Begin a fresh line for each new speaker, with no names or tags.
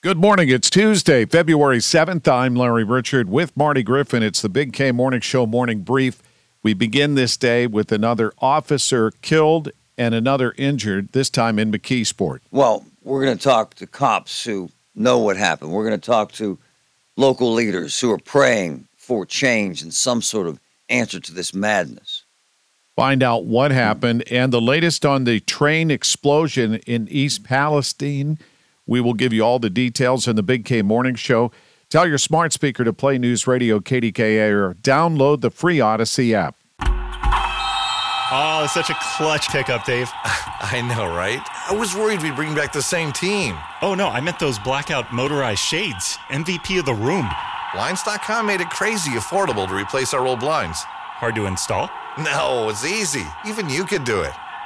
Good morning. It's Tuesday, February 7th. I'm Larry Richard with Marty Griffin. It's the Big K Morning Show Morning Brief. We begin this day with another officer killed and another injured, this time in McKeesport.
Well, we're going to talk to cops who know what happened. We're going to talk to local leaders who are praying for change and some sort of answer to this madness.
Find out what happened and the latest on the train explosion in East Palestine. We will give you all the details in the Big K Morning Show. Tell your smart speaker to play News Radio KDKA or download the free Odyssey app.
Oh, it's such a clutch pickup, Dave.
I know, right? I was worried we'd bring back the same team.
Oh no, I meant those blackout motorized shades. MVP of the room.
Blinds.com made it crazy affordable to replace our old blinds.
Hard to install?
No, it's easy. Even you could do it.